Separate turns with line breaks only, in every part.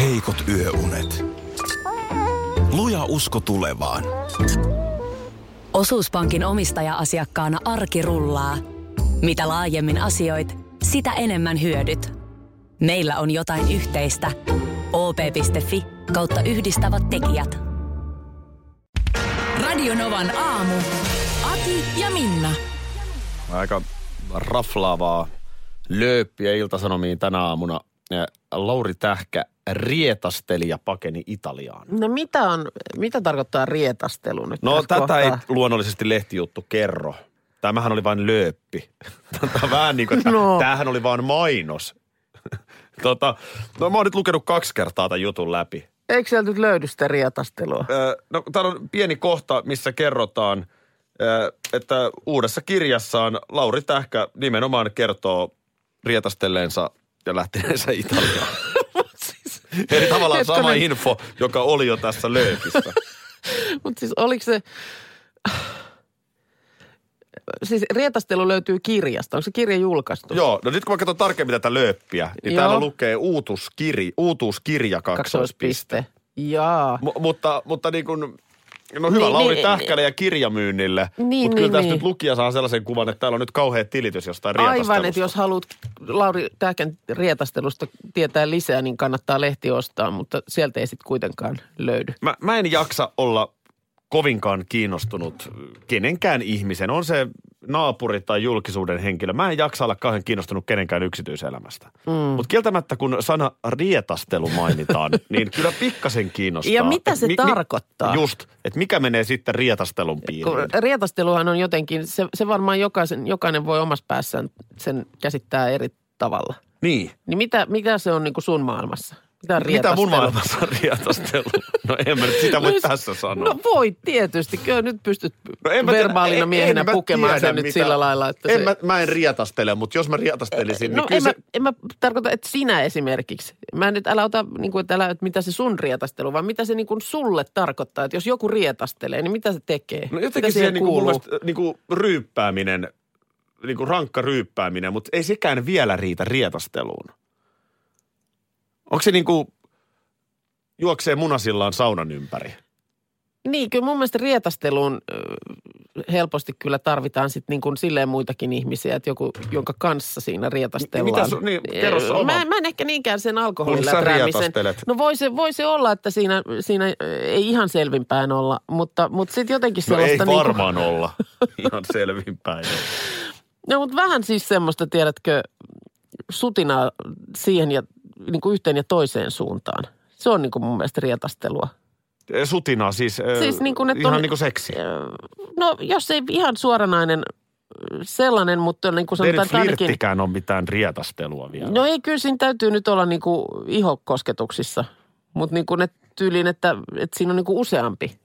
heikot yöunet. Luja usko tulevaan.
Osuuspankin omistaja-asiakkaana arki rullaa. Mitä laajemmin asioit, sitä enemmän hyödyt. Meillä on jotain yhteistä. op.fi kautta yhdistävät tekijät.
Radionovan aamu. Ati ja Minna.
Aika raflaavaa lööppiä iltasanomiin tänä aamuna. Ja Lauri Tähkä rietasteli ja pakeni Italiaan.
No mitä, on, mitä tarkoittaa rietastelu nyt
No
tässä
tätä
kohtaa?
ei luonnollisesti lehtijuttu kerro. Tämähän oli vain lööppi. Tämä on vähän niin kuin, että
No.
tämähän oli vain mainos. Tota, no mä oon nyt lukenut kaksi kertaa tämän jutun läpi.
Eikö sieltä nyt löydy sitä rietastelua?
Ö, No, täällä on pieni kohta, missä kerrotaan, ö, että uudessa kirjassaan Lauri Tähkä nimenomaan kertoo rietastelleensa ja lähteneensä Italiaan.
siis
Eli tavallaan sama
Hetkonen.
info, joka oli jo tässä löökissä.
Mutta siis oliko se... Siis rietastelu löytyy kirjasta. Onko se kirja julkaistu?
Joo, no nyt kun mä katson tarkemmin tätä lööppiä, niin
Joo.
täällä lukee uutuskiri, uutuuskirja kaksoispiste.
Kaksoispiste. Jaa.
M- mutta, mutta niin kuin, no hyvä
Niin,
niin, Lauri
niin,
niin, Tähkälle ja kirjamyynnille,
Niin,
mutta kyllä
niin,
tästä
niin.
nyt lukija saa sellaisen kuvan, että täällä on nyt kauhea tilitys jostain
Aivan,
rietastelusta.
että jos haluat Lauri Tähkän rietastelusta tietää lisää, niin kannattaa lehti ostaa, mutta sieltä ei sitten kuitenkaan löydy.
Mä, mä en jaksa olla kovinkaan kiinnostunut kenenkään ihmisen. On se naapuri tai julkisuuden henkilö. Mä en jaksa olla kauhean kiinnostunut kenenkään yksityiselämästä. Mm. Mutta kieltämättä kun sana rietastelu mainitaan, niin kyllä pikkasen kiinnostaa.
Ja mitä se
Et
tarkoittaa?
just, että mikä menee sitten rietastelun
Kun
piiriin.
rietasteluhan on jotenkin, se, se varmaan jokaisen, jokainen voi omassa päässään sen käsittää eri tavalla.
Niin.
Niin mitä, mitä se on niin kuin sun maailmassa? Mitä, on
Mitä mun
rietastelu?
maailmassa on rietastelu? No en mä nyt sitä voi tässä sanoa.
No voit tietysti, kyllä nyt pystyt
No
no,
mä tiedä,
verbaalina
en-
miehenä
en mä
pukemaan
tiedä
sen nyt
mitä-
sillä lailla, että
en
se...
Mä, mä en rietastele, mutta jos mä rietastelisin,
No
niin kyllä
en,
se...
mä, en mä tarkoita, että sinä esimerkiksi. Mä nyt älä ota, niin kuin, että, älä, että mitä se sun rietastelu, vaan mitä se niin kuin sulle tarkoittaa. Että jos joku rietastelee, niin mitä se tekee?
No
mitä
jotenkin
siihen
siihen niinku, mun mielestä, niinku ryyppääminen, niinku rankka ryyppääminen, mutta ei sekään vielä riitä rietasteluun. Onko se niinku, juoksee munasillaan saunan ympäri?
Niin, kyllä mun mielestä rietasteluun ö, helposti kyllä tarvitaan sit niin kuin silleen muitakin ihmisiä, että joku, jonka kanssa siinä rietastellaan.
Mitä sun- niin, kerro se
Ö,
oma-
Mä, mä en ehkä niinkään sen alkoholin
Kun sä
läträämisen.
rietastelet.
No voi se, voi se olla, että siinä, siinä ö, ei ihan selvinpäin olla, mutta, mutta sitten jotenkin
No ei
sellaista... niin kuin-
varmaan olla. Ihan selvinpäin.
No mutta vähän siis semmoista, tiedätkö, sutinaa siihen ja niin kuin yhteen ja toiseen suuntaan. Se on niin kuin mun mielestä rietastelua.
Sutina siis, ö,
Siis niinku, että
ihan
on-
niin kuin seksi.
Öö, No jos ei ihan suoranainen ö, sellainen, mutta niin kuin
Ei nyt
sanotaan että ainakin...
flirttikään ole mitään rietastelua vielä.
No ei, kyllä siinä täytyy nyt olla niin kuin ihokosketuksissa, mutta niin kuin ne tyyliin, että, että siinä on niin kuin useampi.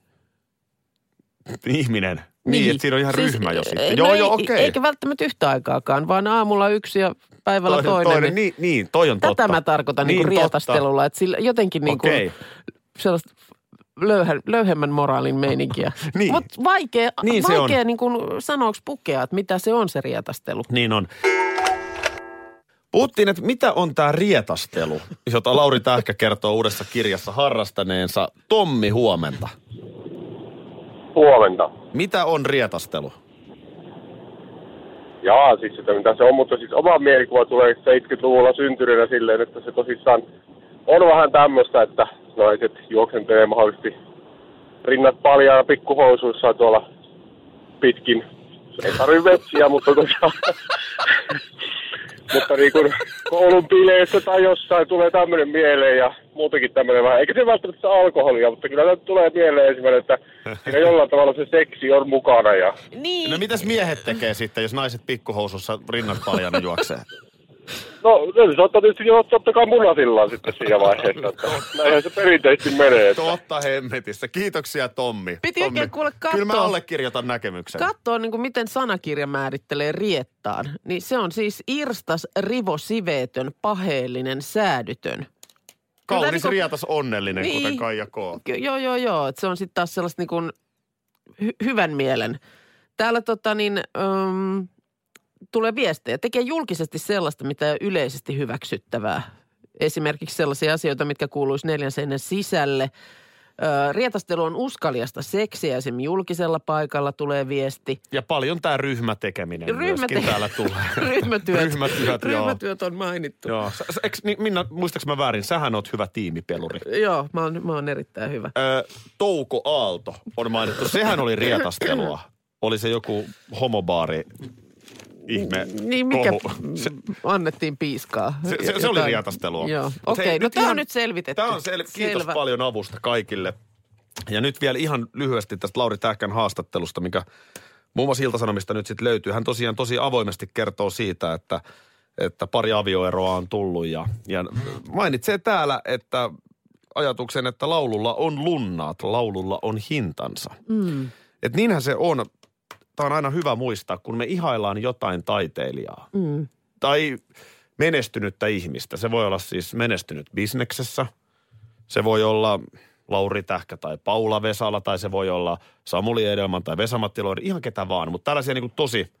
Ihminen. Niin, että siinä on ihan
Siis,
ryhmä jo
ö,
sitten.
no
joo,
ei-
joo, okei.
Eikä välttömättä yhtä aikaakaan, vaan aamulla yksi ja päivällä toinen.
toinen, toinen. Niin, niin, toi on
Tätä
totta.
mä tarkoitan niin, niin
totta.
rietastelulla, että sillä jotenkin niin kuin
Okei.
sellaista löyhä, löyhemmän moraalin meininkiä.
Niin.
Mutta vaikea,
Niin
niin
se on.
vaikea niin kuin sanoksi pukea, että mitä se on se rietastelu.
Niin on. Puhuttiin, että mitä on tämä rietastelu, jota Lauri Tähkä kertoo uudessa kirjassa harrastaneensa. Tommi, huomenta.
Huomenta.
Mitä on rietastelu?
Jaa, siis sitä mitä se on, mutta siis oma mielikuva tulee 70-luvulla syntyneenä silleen, että se tosissaan on vähän tämmöistä, että naiset juoksentelee mahdollisesti rinnat paljaana pikkuhousuissaan tuolla pitkin. Ei tarvitse vetsiä, mutta tosiaan... mutta niin kuin koulun bileissä tai jossain tulee tämmöinen mieleen ja muutenkin tämmöinen vähän. Eikä se välttämättä ole alkoholia, mutta kyllä nyt tulee mieleen ensimmäinen, että siinä jollain tavalla se seksi on mukana ja
Niin.
No mitäs miehet tekee sitten, jos naiset pikkuhousussa rinnat paljana juoksee?
No, kyllä se ottaa tietysti joo, totta kai munasillaan sitten siinä vaiheessa. Että näinhän se perinteisesti menee. Että.
Totta hemmetissä. Kiitoksia Tommi.
Piti
Tommi.
oikein kuule
Kyllä mä
katsoa.
allekirjoitan näkemyksen.
Katsoa, niin kuin miten sanakirja määrittelee riettaan, niin se on siis irstas, rivosiveetön, paheellinen, säädytön.
Kaunis
niinku-
rietas onnellinen,
Niin.
kuten Kaija K.
Ky- Joo, joo, joo. Et se on sitten taas sellaista niin kuin hy- hyvän mielen. Täällä tota niin, öm, tulee viestejä. Tekee julkisesti sellaista, mitä ei ole yleisesti hyväksyttävää. esimerkiksi sellaisia asioita, mitkä kuuluisi neljän seinän sisälle. Ö, rietastelu on uskaliasta seksiä, esimerkiksi julkisella paikalla tulee viesti.
Ja paljon tämä ryhmätekeminen
Ryhmäte-
myöskin täällä tulee.
Ryhmätyöt.
Ryhmätyöt, joo.
Ryhmätyöt on mainittu.
joo. Sä- sä- Eks, niin, Minna, muistaaks mä väärin, sähän oot hyvä tiimipeluri.
Joo, mä oon, mä oon erittäin hyvä.
Ö, Touko Aalto on mainittu. Sehän oli rietastelua. Oli se joku homobaari ihme
Niin mikä
kohu. Se,
annettiin piiskaa.
se, se, se oli
Jotain.
rietastelua.
Joo,
Mut
okei.
hei,
Okay, no tämä
ihan-
on nyt selvitetty.
Tämä on sel- Kiitos
Selvä.
paljon avusta kaikille. Ja nyt vielä ihan lyhyesti tästä Lauri Tähkän haastattelusta, mikä muun muassa Iltasanomista nyt sitten löytyy. Hän tosiaan tosi avoimesti kertoo siitä, että, että pari avioeroa on tullut ja, ja mainitsee täällä, että ajatuksen, että laululla on lunnaat, laululla on hintansa.
Mm.
Et niinhän se on. Tämä on aina hyvä muistaa, kun me ihaillaan jotain taiteilijaa
Mm.
tai menestynyttä ihmistä. Se voi olla siis menestynyt bisneksessä, se voi olla Lauri Tähkä tai Paula Vesala, tai se voi olla Samuli Edelman tai Vesamatti Loiri, ihan ketä vaan. Mutta tällaisia niin tosi,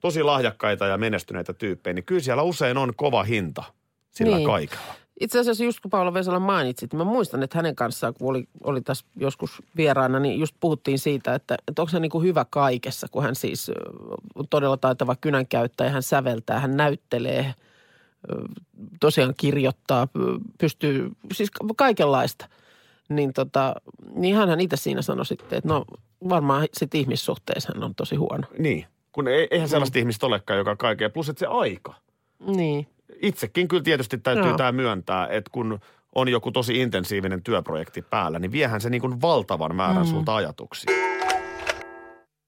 tosi lahjakkaita ja menestyneitä tyyppejä, niin kyllä siellä usein on kova hinta sillä
Niin.
niin. kaikella.
Itse asiassa just kun Paula Vesala mainitsit, niin mä muistan, että hänen kanssaan, kun oli, oli tässä joskus vieraana, niin just puhuttiin siitä, että, että onko hän niin kuin hyvä kaikessa, kun hän siis ö, on todella taitava kynänkäyttäjä, hän säveltää, hän näyttelee, ö, tosiaan kirjoittaa, ö, pystyy, siis ka- kaikenlaista. Niin, tota, niin hänhän itse siinä sanoi sitten, että no varmaan sitten ihmissuhteissa hän on tosi huono.
Niin, kun ei,
Mm.
eihän sellaista ihmistä olekaan, joka on kaikkea. Plus, että se aika.
Niin.
itsekin kyllä tietysti täytyy
Joo.
tämä myöntää, että kun on joku tosi intensiivinen työprojekti päällä, niin viehän se niin kuin valtavan määrän mm. sulta ajatuksia.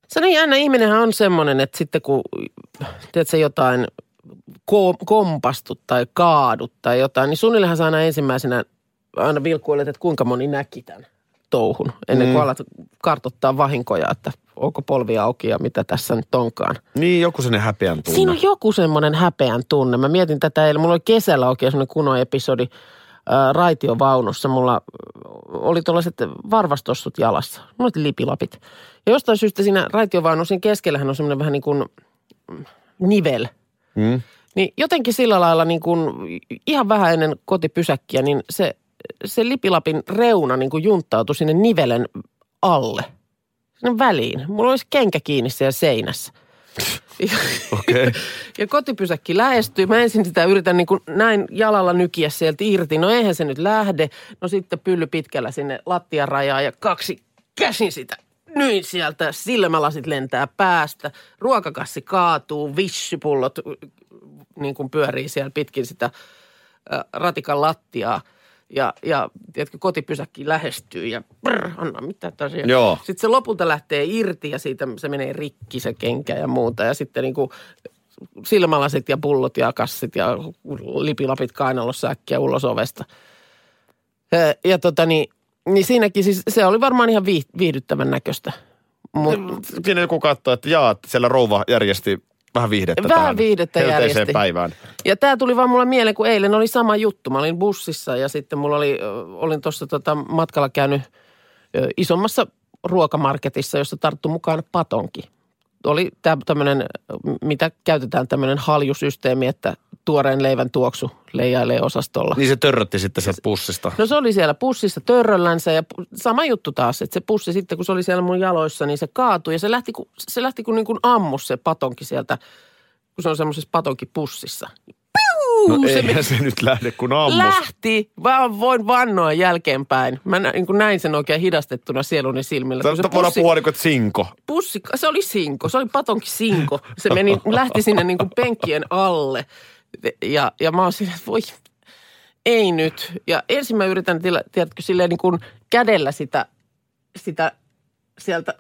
Se niin aina ihminenhän on semmoinen, että sitten kun tiedätkö, jotain ko- kompastut tai kaadut tai jotain, niin suunnilleen sä aina ensimmäisenä aina vilkkuilet, että kuinka moni näki tämän touhun ennen kuin alat kartoittaa vahinkoja, että onko polvi auki ja mitä tässä nyt onkaan.
Niin, joku sinne häpeän tunne.
Siinä on joku semmoinen häpeän tunne. Mä mietin tätä eilen. Mulla oli kesällä oikein semmoinen kunnon episodi ää, raitiovaunussa. Mulla äh, oli tuollaiset varvastossut jalassa. Mulla oli lipilapit. Ja jostain syystä siinä raitiovaunun sen keskellähän on semmoinen vähän niin kuin mm, nivel.
Mm.
Niin jotenkin sillä lailla niin kuin ihan vähän ennen kotipysäkkiä, niin se, se lipilapin reuna niin kuin junttautui sinne nivelen alle. Sinne väliin. Mulla olisi kenkä kiinni siellä seinässä.
Okei.
Ja kotipysäkki lähestyy. Mä ensin sitä yritän niin kuin näin jalalla nykiä sieltä irti. No eihän se nyt lähde. No sitten pylly pitkällä sinne lattian rajaan ja kaksi käsin sitä. Nyin sieltä, silmälasit lentää päästä, ruokakassi kaatuu, vissypullot äh, niin kuin pyörii siellä pitkin sitä äh, ratikan lattiaa. Ja, ja tiedätkö, kotipysäkki lähestyy ja brr, anna mitä tosiaan.
Joo.
Sitten se lopulta lähtee irti ja siitä se menee rikki se kenkä ja muuta. Ja sitten niin kuin silmälasit ja pullot ja kassit ja lipilapit kainalossa äkkiä ulos ovesta. Ö, Ja tota niin, niin siinäkin siis, se oli varmaan ihan viih- viihdyttävän näköistä. Mut,
Siinä joku katsoo, että jaa, että siellä rouva järjesti vähän viihdettä
Vähän
tähän
viihdettä
helteiseen
järjesti.
päivään.
ja tämä tuli vaan mulle mieleen, kun eilen oli sama juttu. Mä olin bussissa ja sitten mulla oli, ö, olin tuossa tota matkalla käynyt ö, isommassa ruokamarketissa, jossa tarttu mukaan patonki. Oli tämmöinen, mitä käytetään tämmöinen haljusysteemi, että tuoreen leivän tuoksu leijailee osastolla.
Niin se törrötti sitten sieltä pussista.
No se oli siellä pussissa törröllänsä ja pu- sama juttu taas, että se pussi sitten kun se oli siellä mun jaloissa, niin se kaatui ja se lähti kuin, se lähti kuin, niin kuin ammus se patonki sieltä, kun se on semmoisessa patonkipussissa.
No, no eihän se nyt lähde kuin ammus.
Lähti, vaan voin vannoa jälkeenpäin. Mä nä, niin kuin näin sen oikein hidastettuna sieluni silmillä. kun se
Tästä voidaan
pussi-
puhua niin kuin, että sinko.
pussi, se oli sinko, se oli patonki sinko. Se meni, lähti sinne niin kuin penkkien alle. Ja, ja mä oon siinä, että voi, ei nyt. Ja ensin mä yritän, tila- tiedätkö, silleen niin kuin kädellä sitä, sitä sieltä,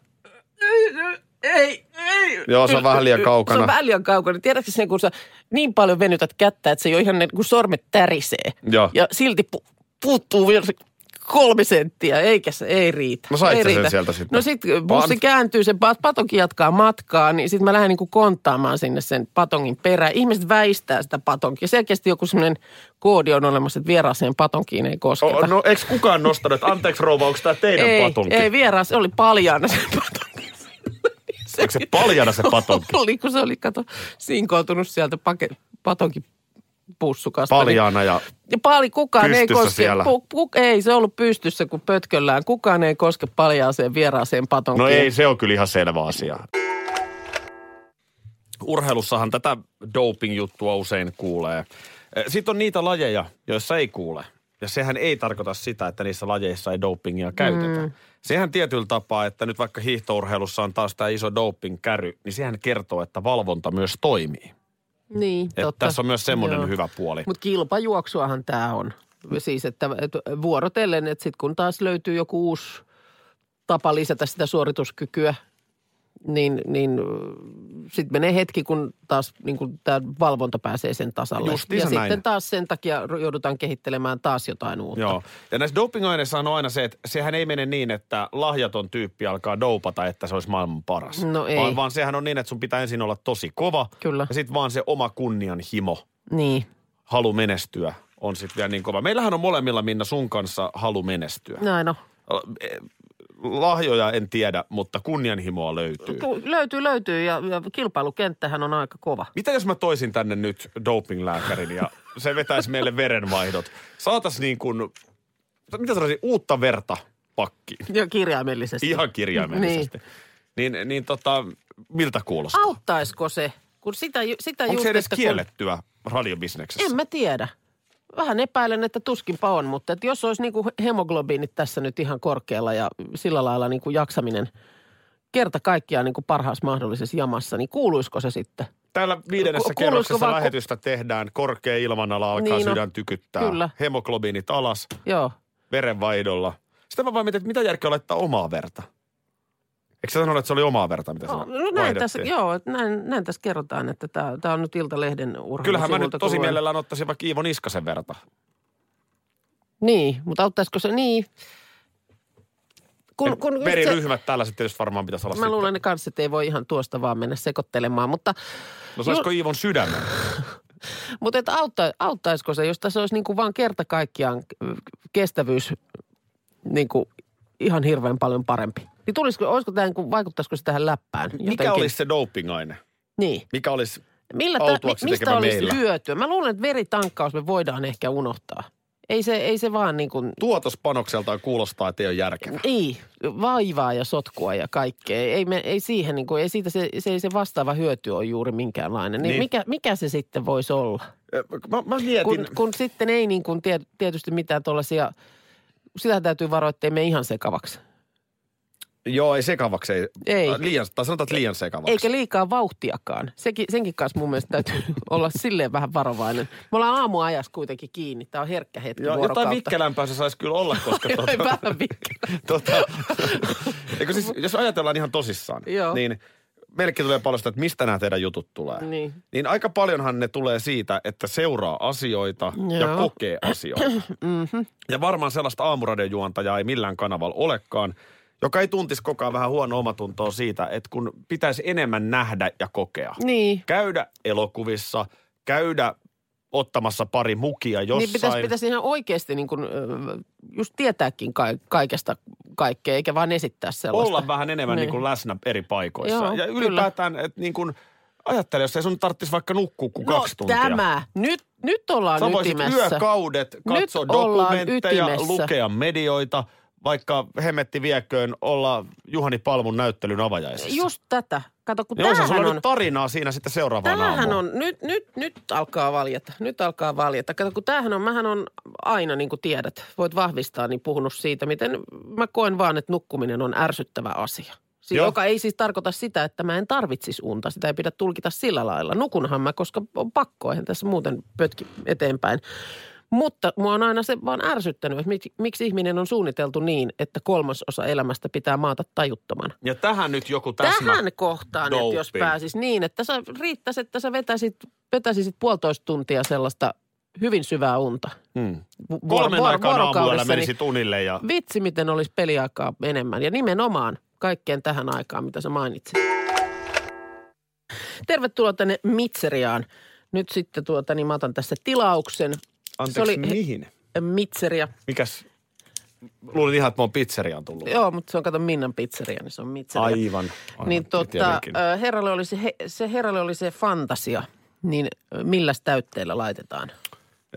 ei, ei.
Joo, se on vähän liian kaukana.
Se on vähän liian kaukana. Tiedätkö sen, kun sä niin paljon venytät kättä, että se jo ihan ne, kun sormet tärisee.
Joo.
Ja silti pu- puuttuu vielä se kolme senttiä, eikä se, ei riitä.
No sait
ei
sä sen
riitä.
sieltä sitten?
No sitten bussi
Vaan-
kääntyy, se pat- patonki jatkaa matkaa, niin sitten mä lähden niinku konttaamaan sinne sen patongin perään. Ihmiset väistää sitä patonkia. Selkeästi joku semmoinen koodi on olemassa, että vieraaseen patonkiin ei kosketa.
O, no eikö kukaan nostanut, että anteeksi rouva, onko tämä teidän
ei,
patonki?
ei vieras, se oli paljaana se patonki.
Oliko se paljana se patonki?
Oli, kun se oli, kato, sinkoutunut sieltä pake, patonkin pussukasta.
paljaana ja
Ja paali kukaan ei
Pystyssä
koske.
siellä.
Pu, pu, ei se ollut pystyssä kuin pötköllään. Kukaan ei koske paljaaseen vieraaseen patonkiin.
No ei, se on kyllä ihan selvä asia. Urheilussahan tätä doping-juttua usein kuulee. Eh, Sitten on niitä lajeja, joissa ei kuule. Ja sehän ei tarkoita sitä, että niissä lajeissa ei dopingia käytetä. Mm. Sehän tietyllä tapaa, että nyt vaikka hiihtourheilussa on taas tämä iso doping-käry, niin sehän kertoo, että valvonta myös toimii.
Niin,
Et
totta.
tässä on myös semmoinen
Joo.
hyvä puoli.
Mutta kilpajuoksuahan tämä on. Siis, että että vuorotellen, että sitten kun taas löytyy joku uusi tapa lisätä sitä suorituskykyä, niin, niin sitten menee hetki, kun taas niin tämä valvonta pääsee sen tasalle.
Justiinsa
ja sitten
näin.
taas sen takia ru- joudutaan kehittelemään taas jotain uutta.
Joo. Ja näissä dopingaineissa on aina se, että sehän ei mene niin, että lahjaton tyyppi alkaa doupata, että se olisi maailman paras.
No ei.
Vaan, vaan sehän on niin, että sun pitää ensin olla tosi kova.
Kyllä.
Ja sitten vaan se oma kunnianhimo,
Niin.
halu menestyä on sitten vielä niin kova. Meillähän on molemmilla, Minna, sun kanssa halu menestyä. Äh,
Näin on.
Lahjoja en tiedä, mutta kunnianhimoa löytyy.
Pu- Löytyy, löytyy ja, ja kilpailukenttähän on aika kova.
Mitä jos mä toisin tänne nyt dopinglääkärin ja se vetäisi meille verenvaihdot? Saatas niin kuin, mitä sanoisin, uutta verta pakkiin.
Ja kirjaimellisesti.
Ihan kirjaimellisesti. Niin, niin, niin tota, miltä kuulostaa?
Auttaisiko se, kun sitä, ju- sitä
Onko
just,
se edes
että kun-
kiellettyä radiobisneksessä?
En mä tiedä. Vähän epäilen, että tuskinpa on, mutta että jos olisi niin kuin hemoglobiinit tässä nyt ihan korkealla ja sillä lailla niin kuin jaksaminen kerta kaikkiaan niin kuin parhaassa mahdollisessa jamassa, niin kuuluisiko se sitten?
Täällä
Ku-
viidennessä
kuuluisiko
kerroksessa
vaan-
lähetystä tehdään. Korkea ilmanala alkaa
Niin, no.
sydän tykyttää.
Kyllä.
Hemoglobiinit alas,
Joo.
verenvaihdolla. Sitä mä vaan mietin, että mitä järkeä laittaa omaa verta? Eikö sä sanonut, että se oli omaa verta, mitä
No,
no,
näin, tässä, joo, että näin, näin tässä kerrotaan, että tämä on nyt Iltalehden urheilu.
Kyllähän mä nyt tosi mielellään ottaisin vaikka Iivo Niskasen verta.
Niin, mutta auttaisiko se niin? Kun, kun
Eri
se-
ryhmät tällaiset tietysti varmaan pitäisi olla
Mä
sitten.
luulen ne kanssa, että ei voi ihan tuosta vaan mennä sekoittelemaan, mutta
No saisiko Iivon sydämen?
Mutta et autta, auttaisiko se, jos tässä olisi niinku vaan kerta kaikkiaan ö, kestävyys niinku ihan hirveän paljon parempi? Niin tulisiko, olisiko tämä, niinku, vaikuttaisiko se tähän läppään?
Mikä olisi se dopingaine?
Niin.
Mikä olisi
Millä
autuaaksi
mi- mistä
tekevä
olisi
meillä?
hyötyä? Mä luulen, että veritankkaus me voidaan ehkä unohtaa. Ei se, ei se vaan niin kuin,
tuotospanokseltaan kuulostaa, että ei ole järkevää.
ei, Niin, vaivaa ja sotkua ja kaikkea. Ei, me, ei siihen niin kuin, ei siitä se, se, ei se vastaava hyöty ole juuri minkäänlainen. Niin,
Niin.
niin. Mikä, mikä se sitten voisi olla?
Mä, mä mietin,
kun, kun sitten ei niin kuin tie- tietysti mitään tuollaisia, sitä täytyy varoa, ettei mene ihan sekavaksi.
joo ei sekavaksi, ei,
Ei.
Äh, Liian, tai sanotaan, että liian sekavaksi.
Eikä liikaa vauhtiakaan. Sekin, senkin kanssa mun mielestä täytyy olla silleen vähän varovainen. Me ollaan aamuajassa kuitenkin kiinni. Tämä on herkkä hetki
Joo, jotain
vuorokautta.
vikkelämpää se saisi kyllä olla, koska
Joo, ei
tota,
vähän vikkelä.
tota, eikö siis, jos ajatellaan ihan tosissaan,
Joo.
niin melkein tulee paljon sitä, että mistä nämä teidän jutut tulee.
Niin.
niin aika paljonhan ne tulee siitä, että seuraa asioita ja
Joo. Mhm.
kokee asioita. Ja varmaan sellaista aamuradiojuontajaa ei millään kanavalla olekaan, joka ei tuntisi koko ajan vähän huonoa omatuntoa siitä, että kun pitäisi enemmän nähdä ja kokea.
Niin.
Käydä elokuvissa, käydä ottamassa pari mukia jossain.
Niin pitäisi, pitäisi ihan oikeasti niin kuin, ö, just tietääkin ka- kaikesta kaikkea, eikä vaan esittää sellaista.
olla vähän enemmän niin. kuin läsnä eri paikoissa.
Joo,
ja
kyllä.
ylipäätään, että niin kuin, ajattele, jos ei sun tarvitsisi vaikka nukkua kuin
no
kaksi tuntia.
tämä. Nyt, nyt ollaan
Sä voisit
ytimessä.
yökaudet katsoa
Nyt ollaan
dokumentteja,
ytimessä.
lukea medioita, vaikka Hemetti vieköön olla Juhani Palmun näyttelyn avajaisissa.
Just tätä. Kato, kun
niin on,
tämähän
sulla
on...
nyt tarinaa siinä sitten seuraavaan
Tämähän
aamuun.
on, nyt, nyt, nyt alkaa valjeta, nyt alkaa valjeta. Kato, kun tämähän on, mähän on aina, niin kuin tiedät, voit vahvistaa, niin puhunut siitä, miten mä koen vaan, että nukkuminen on ärsyttävä asia. Siis
Joo.
joka ei siis tarkoita sitä, että mä en tarvitsisi unta. Sitä ei pidä tulkita sillä lailla. Nukunhan mä, koska on pakko, eihän tässä muuten pötki eteenpäin. Mutta mua on aina se vaan ärsyttänyt, että mik- miksi ihminen on suunniteltu niin, että kolmasosa elämästä pitää maata tajuttomana.
Ja tähän nyt joku täsmä.
Tähän kohtaan, että jos
doping.
pääsis niin, että sä riittäisi, että sä vetäisit, vetäisit puolitoista tuntia sellaista hyvin syvää unta.
Hmm.
Vu-
Kolmen
vuoro-
aikaan aamulla
vuorokaudessa,
menisi tunnille ja...
niin Vitsi, miten olisi peliaikaa enemmän ja nimenomaan kaikkeen tähän aikaan, mitä sä mainitsit. Tervetuloa tänne Mitseriaan. Nyt sitten tuota, niin mä otan tässä tilauksen.
Anteeksi,
se oli-
mihin?
Mitseria.
Mikäs? Luulin ihan, että mä oon pizzeriaan tullut.
Joo, mutta se on kato Minnan pizzeria, niin se on Mitseria.
Aivan. aivan
niin tota,
tietenkin.
ö, herralle oli se, he, se herralle oli se fantasia. niin milläs täytteellä laitetaan?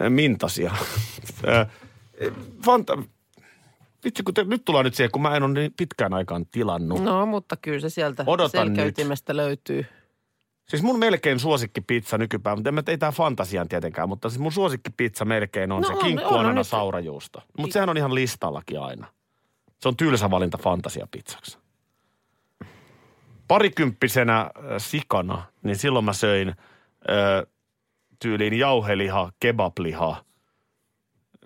mintasia. Ö, Fanta... Vitsi, kun te, nyt tullaan nyt siihen, kun mä en ole niin pitkään aikaan tilannut.
No, mutta kyllä se sieltä
Odotan nyt.
selkäytimestä löytyy.
Siis mun melkein suosikkipizza nykypäivänä, mutta en mä- ei tää fantasiaan tietenkään, mutta siis mun suosikkipizza melkein on
No
no, se
on,
kinkku
on,
on,
on
aina
nyt. Niin.
saurajuusta. Mutta sehän on ihan listallakin aina. Se on tylsä valinta fantasiapizzaksi. Parikymppisenä äh, sikana, niin silloin mä söin äh, tyyliin jauheliha, kebabliha,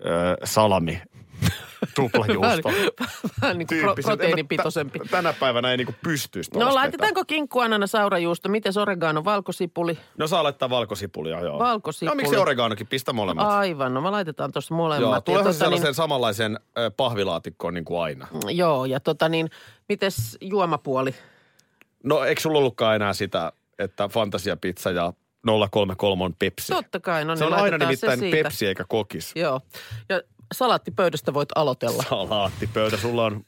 äh, salami, tuplajuusto.
Vähän niin kuin
Tyyppiset. En
pro-
mä-
proteiinipitoisempi.
tä- Tänä päivänä ei niinku pystyisi
No laitetaanko kinkkuanana saurajuusto? Miten oregano, valkosipuli?
No saa laittaa valkosipulia, joo.
Valkosipuli.
No miksi oreganokin? Pistä molemmat.
Aivan, no me laitetaan tuossa molemmat.
joo,
Ja
tuleehan
tota
se sellaiseen samanlaiseen ö, pahvilaatikkoon niin kuin aina.
niin, joo, ja tota niin, mites juomapuoli?
No eikö sulla ollutkaan enää sitä, että fantasiapizza ja 033 on Pepsi?
Totta kai, no
se
niin
on aina
laitetaan se
nimittäin
siitä.
Pepsi eikä kokis.
Joo, ja salaattipöydästä voit aloitella.
Salaattipöytä, sulla on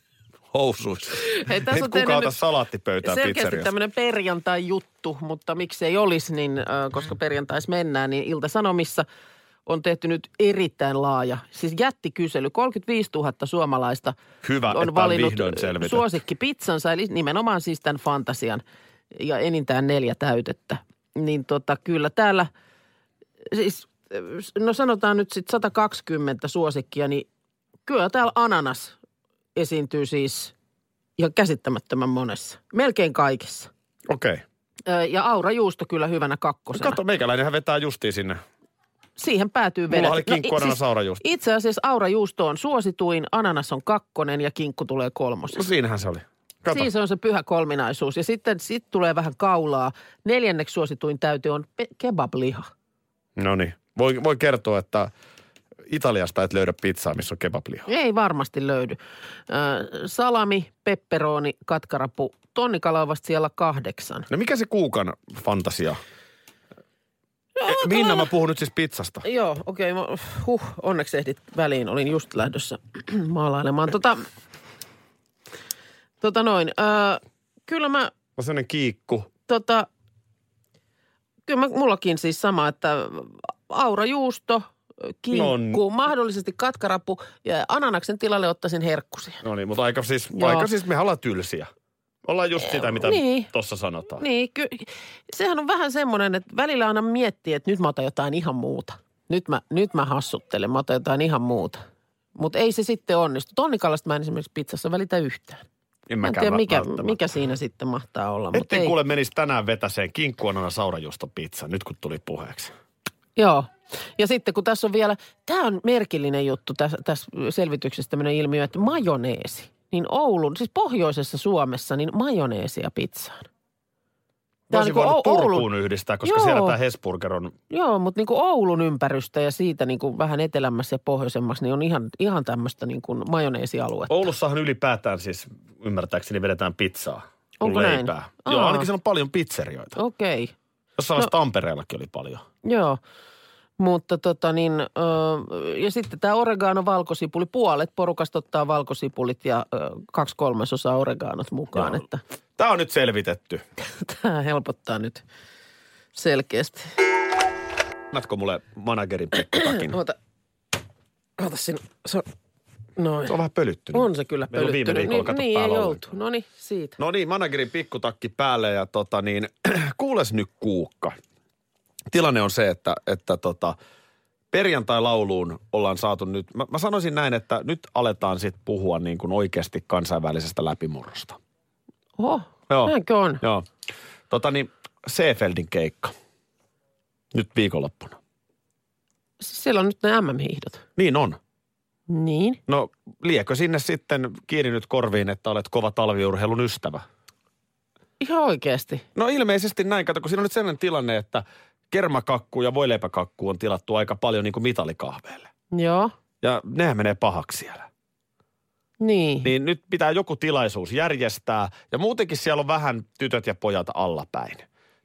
housuissa.
Hei, tässä
Nyt
on
kuka
teille
ota
nyt
salaattipöytää
Selkeästi
pizzeriassa?
tämmöinen perjantai-juttu, mutta miksei olisi, niin, äh, koska perjantais mennään, niin Ilta-Sanomissa on tehty nyt erittäin laaja, siis jättikysely. 35 000 suomalaista
Hyvä, että
on
on
valinnut
vihdoin selvitetty.
suosikkipizzansa, eli nimenomaan siis tämän fantasian ja enintään neljä täytettä. Niin tota, kyllä täällä, siis äh, no sanotaan nyt sitten 120 suosikkia, niin kyllä täällä ananas esiintyy siis ihan käsittämättömän monessa. Melkein kaikessa.
Okei. Okay.
Ö, Ja aurajuusto kyllä hyvänä kakkosena.
Kato, meikäläinenhän vetää justiin sinne.
Siihen päätyy
Mulla
vedet.
oli kinkku, ananas,
siis-
aurajuusto.
Itse asiassa aurajuusto on suosituin, ananas on kakkonen ja kinkku tulee
No
kolmosen.
siinähän se oli. Kato.
Siis on se pyhä kolminaisuus. Ja sitten sit tulee vähän kaulaa. Neljänneksi suosituin täytyy on pe- kebabliha.
No niin. Voi, voi kertoa, että Italiasta et löydä pizzaa, missä on kebabliha.
Ei varmasti löydy. Ö, salami, pepperoni, katkarapu. Tonnikala on vasta siellä kahdeksan.
No mikä se kuukan fantasia? No, Minna, mä puhun nyt siis pizzasta.
Joo, okei. Okay. Huh, onneksi ehdit väliin. Olin just lähdössä maalailemaan. Tota, tota noin. Öö, kyllä mä,
On No sellainen kiikku.
tota, kyllä mä, mullakin siis sama, että aurajuusto, kinkku, mahdollisesti katkarapu ja ananaksen tilalle ottaisin herkkusia.
No niin, mutta aika siis,
Joo.
aika siis me ollaan tylsiä. Ollaan just sitä, mitä
Niin.
niin. tuossa sanotaan. Niin.
Niin, ky- sehän on vähän semmoinen, että välillä aina miettii, että nyt mä otan jotain ihan muuta. Nyt mä, nyt mä hassuttelen, mä otan jotain ihan muuta. Mutta ei se sitten onnistu. Tonnikalasta mä en esimerkiksi pizzassa välitä yhtään.
En
Mä en
mäkään
tiedä,
vä-
mikä,
välttämättä.
mikä siinä sitten mahtaa olla. Mutta
Ettei
ei.
kuule menisi tänään vetäseen kinkkuanana saurajuusto pizza, nyt kun tuli puheeksi.
Joo. Ja sitten kun tässä on vielä, tämä on merkillinen juttu tässä, tässä selvityksessä tämmöinen ilmiö, että majoneesi. Niin Oulun, siis pohjoisessa Suomessa, niin majoneesia pizzaan. Tää on
Voisin
niinku
voinut
Ou-
Turkuun
Oulun-
yhdistää, koska
Joo.
Joo. siellä tämä Hesburger on...
Joo, mutta niin kuin Oulun ympärystä ja siitä niin kuin vähän etelämmässä ja pohjoisemmaksi, niin on ihan, ihan tämmöistä niin kuin majoneesialuetta.
Oulussahan ylipäätään siis ymmärtääkseni vedetään pizzaa. kun
Onko näin?
leipää.
Aa. no-
Joo, ainakin siellä on paljon pizzerioita.
Okei, okay.
Jossain vaiheessa Tampereellakin oli paljon.
joo. Mutta tota niin, ö, ja sitten tämä oregano valkosipuli, puolet porukasta ottaa valkosipulit ja ö, kaksi kolmasosaa oregaanot mukaan,
Joo.
että
Tämä on nyt selvitetty.
tämä helpottaa nyt selkeästi.
Annatko mulle managerin Pekka Takin?
Ota, ota sinne, se on, noin.
Se on vähän pölyttynyt.
On se kyllä
Meillä on
pölyttynyt.
viime viikolla
niin,
kato
niin ei
päällä
oltu.
ollenkaan.
No niin, siitä.
No niin, managerin pikkutakki päälle ja tota niin, kuules nyt Kuukka. Tilanne on se, että, että tota, perjantai-lauluun ollaan saatu nyt, mä, mä sanoisin näin, että nyt aletaan sitten puhua niin kuin oikeasti kansainvälisestä läpimurrosta.
Oho,
Joo.
näinkö on?
Joo. Tota niin, Seefeldin keikka. Nyt viikonloppuna.
Siis siellä on nyt ne MM-hiihdot.
Niin on.
Niin.
No, liekö sinne sitten kiinni nyt korviin, että olet kova talviurheilun ystävä?
Ihan oikeasti.
No ilmeisesti näin, kato, kun siinä on nyt sellainen tilanne, että kermakakku ja voileipäkakku on tilattu aika paljon niin kuin mitalikahveille.
Joo.
Ja nehän menee pahaksi siellä.
Niin. niin.
Niin nyt pitää joku tilaisuus järjestää ja muutenkin siellä on vähän tytöt ja pojat allapäin.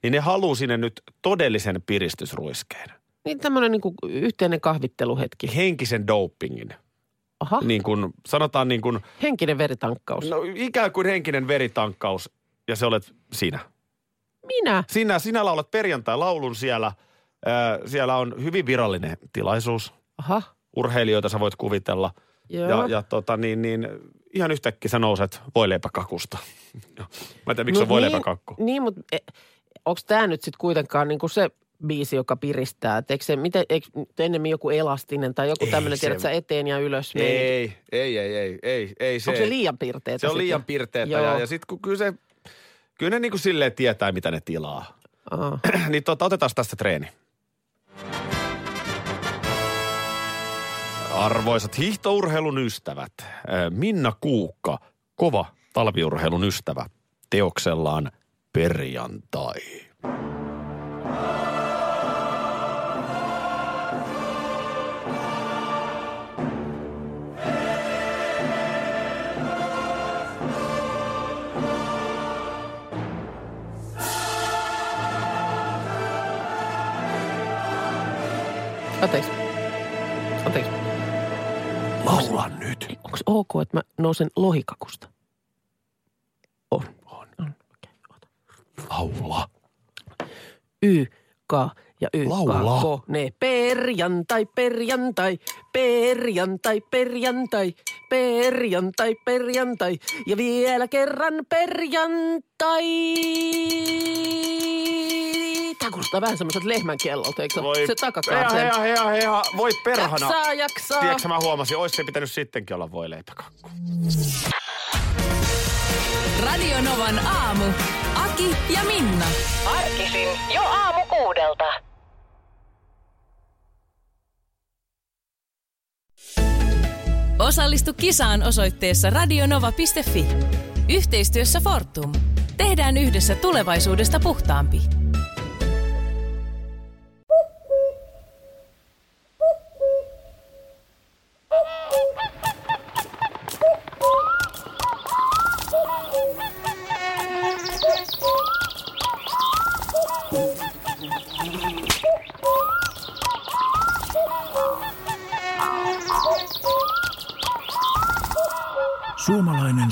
Niin ne haluaa sinne nyt todellisen piristysruiskeen.
Niin tämmöinen niinku yhteinen kahvitteluhetki.
Henkisen dopingin.
Aha. Niin.
Niin kuin, sanotaan niin kuin,
Henkinen veritankkaus. No.
no ikään kuin henkinen veritankkaus ja se olet sinä.
Minä?
Sinä, sinä laulat perjantai-laulun siellä – Ää, siellä on hyvin virallinen tilaisuus.
Aha,
Urheilijoita sä voit kuvitella.
Joo.
Ja, ja tota, niin, niin, ihan yhtäkkiä sä nouset voileipäkakusta. No, Mä en tiedä, miksi se on voileipäkakku.
No Niin, niin mutta e, onko tämä nyt sitten kuitenkaan niinku se biisi, joka piristää? Et eikö se, miten, eikö nyt ennemmin joku elastinen tai joku
Ei
tämmöinen,
se-
tiedät sä, eteen ja ylös? meininki?
Ei, ei, ei, ei, ei, ei se.
Onko se
ei.
liian pirteetä?
Se on liian
sitten?
pirteetä
Joo.
ja, ja sitten kun kyllä se, kyllä ne niin kuin silleen tietää, mitä ne tilaa.
Aha.
niin tota, otetaan tästä treeni. Arvoisat hiihtourheilun ystävät, äh, Minna Kuukka, kova talviurheilun ystävä, teoksellaan perjantai.
Anteeksi. Anteeksi.
Laula nyt.
Onko ok, että mä nousen lohikakusta? On. On. on. Okay.
Laula.
Y, ka ja y,
Laulaa.
ka, ko, ne. Perjantai, perjantai, perjantai, perjantai, perjantai, perjantai ja vielä kerran perjantai. Tämä kuulostaa vähän semmoiset lehmän kellolta, eikö se, ole? se
hea,
takakaarteen.
hea, hea, hea, voi perhana.
Jaksaa, jaksaa.
Tiedätkö, mä huomasin, olisi se pitänyt sittenkin olla voi leipäkakku.
Radio Novan aamu. Aki ja Minna.
Arkisin jo aamu kuudelta.
Osallistu kisaan osoitteessa radionova.fi. Yhteistyössä Fortum. Tehdään yhdessä tulevaisuudesta puhtaampi.
Suomalainen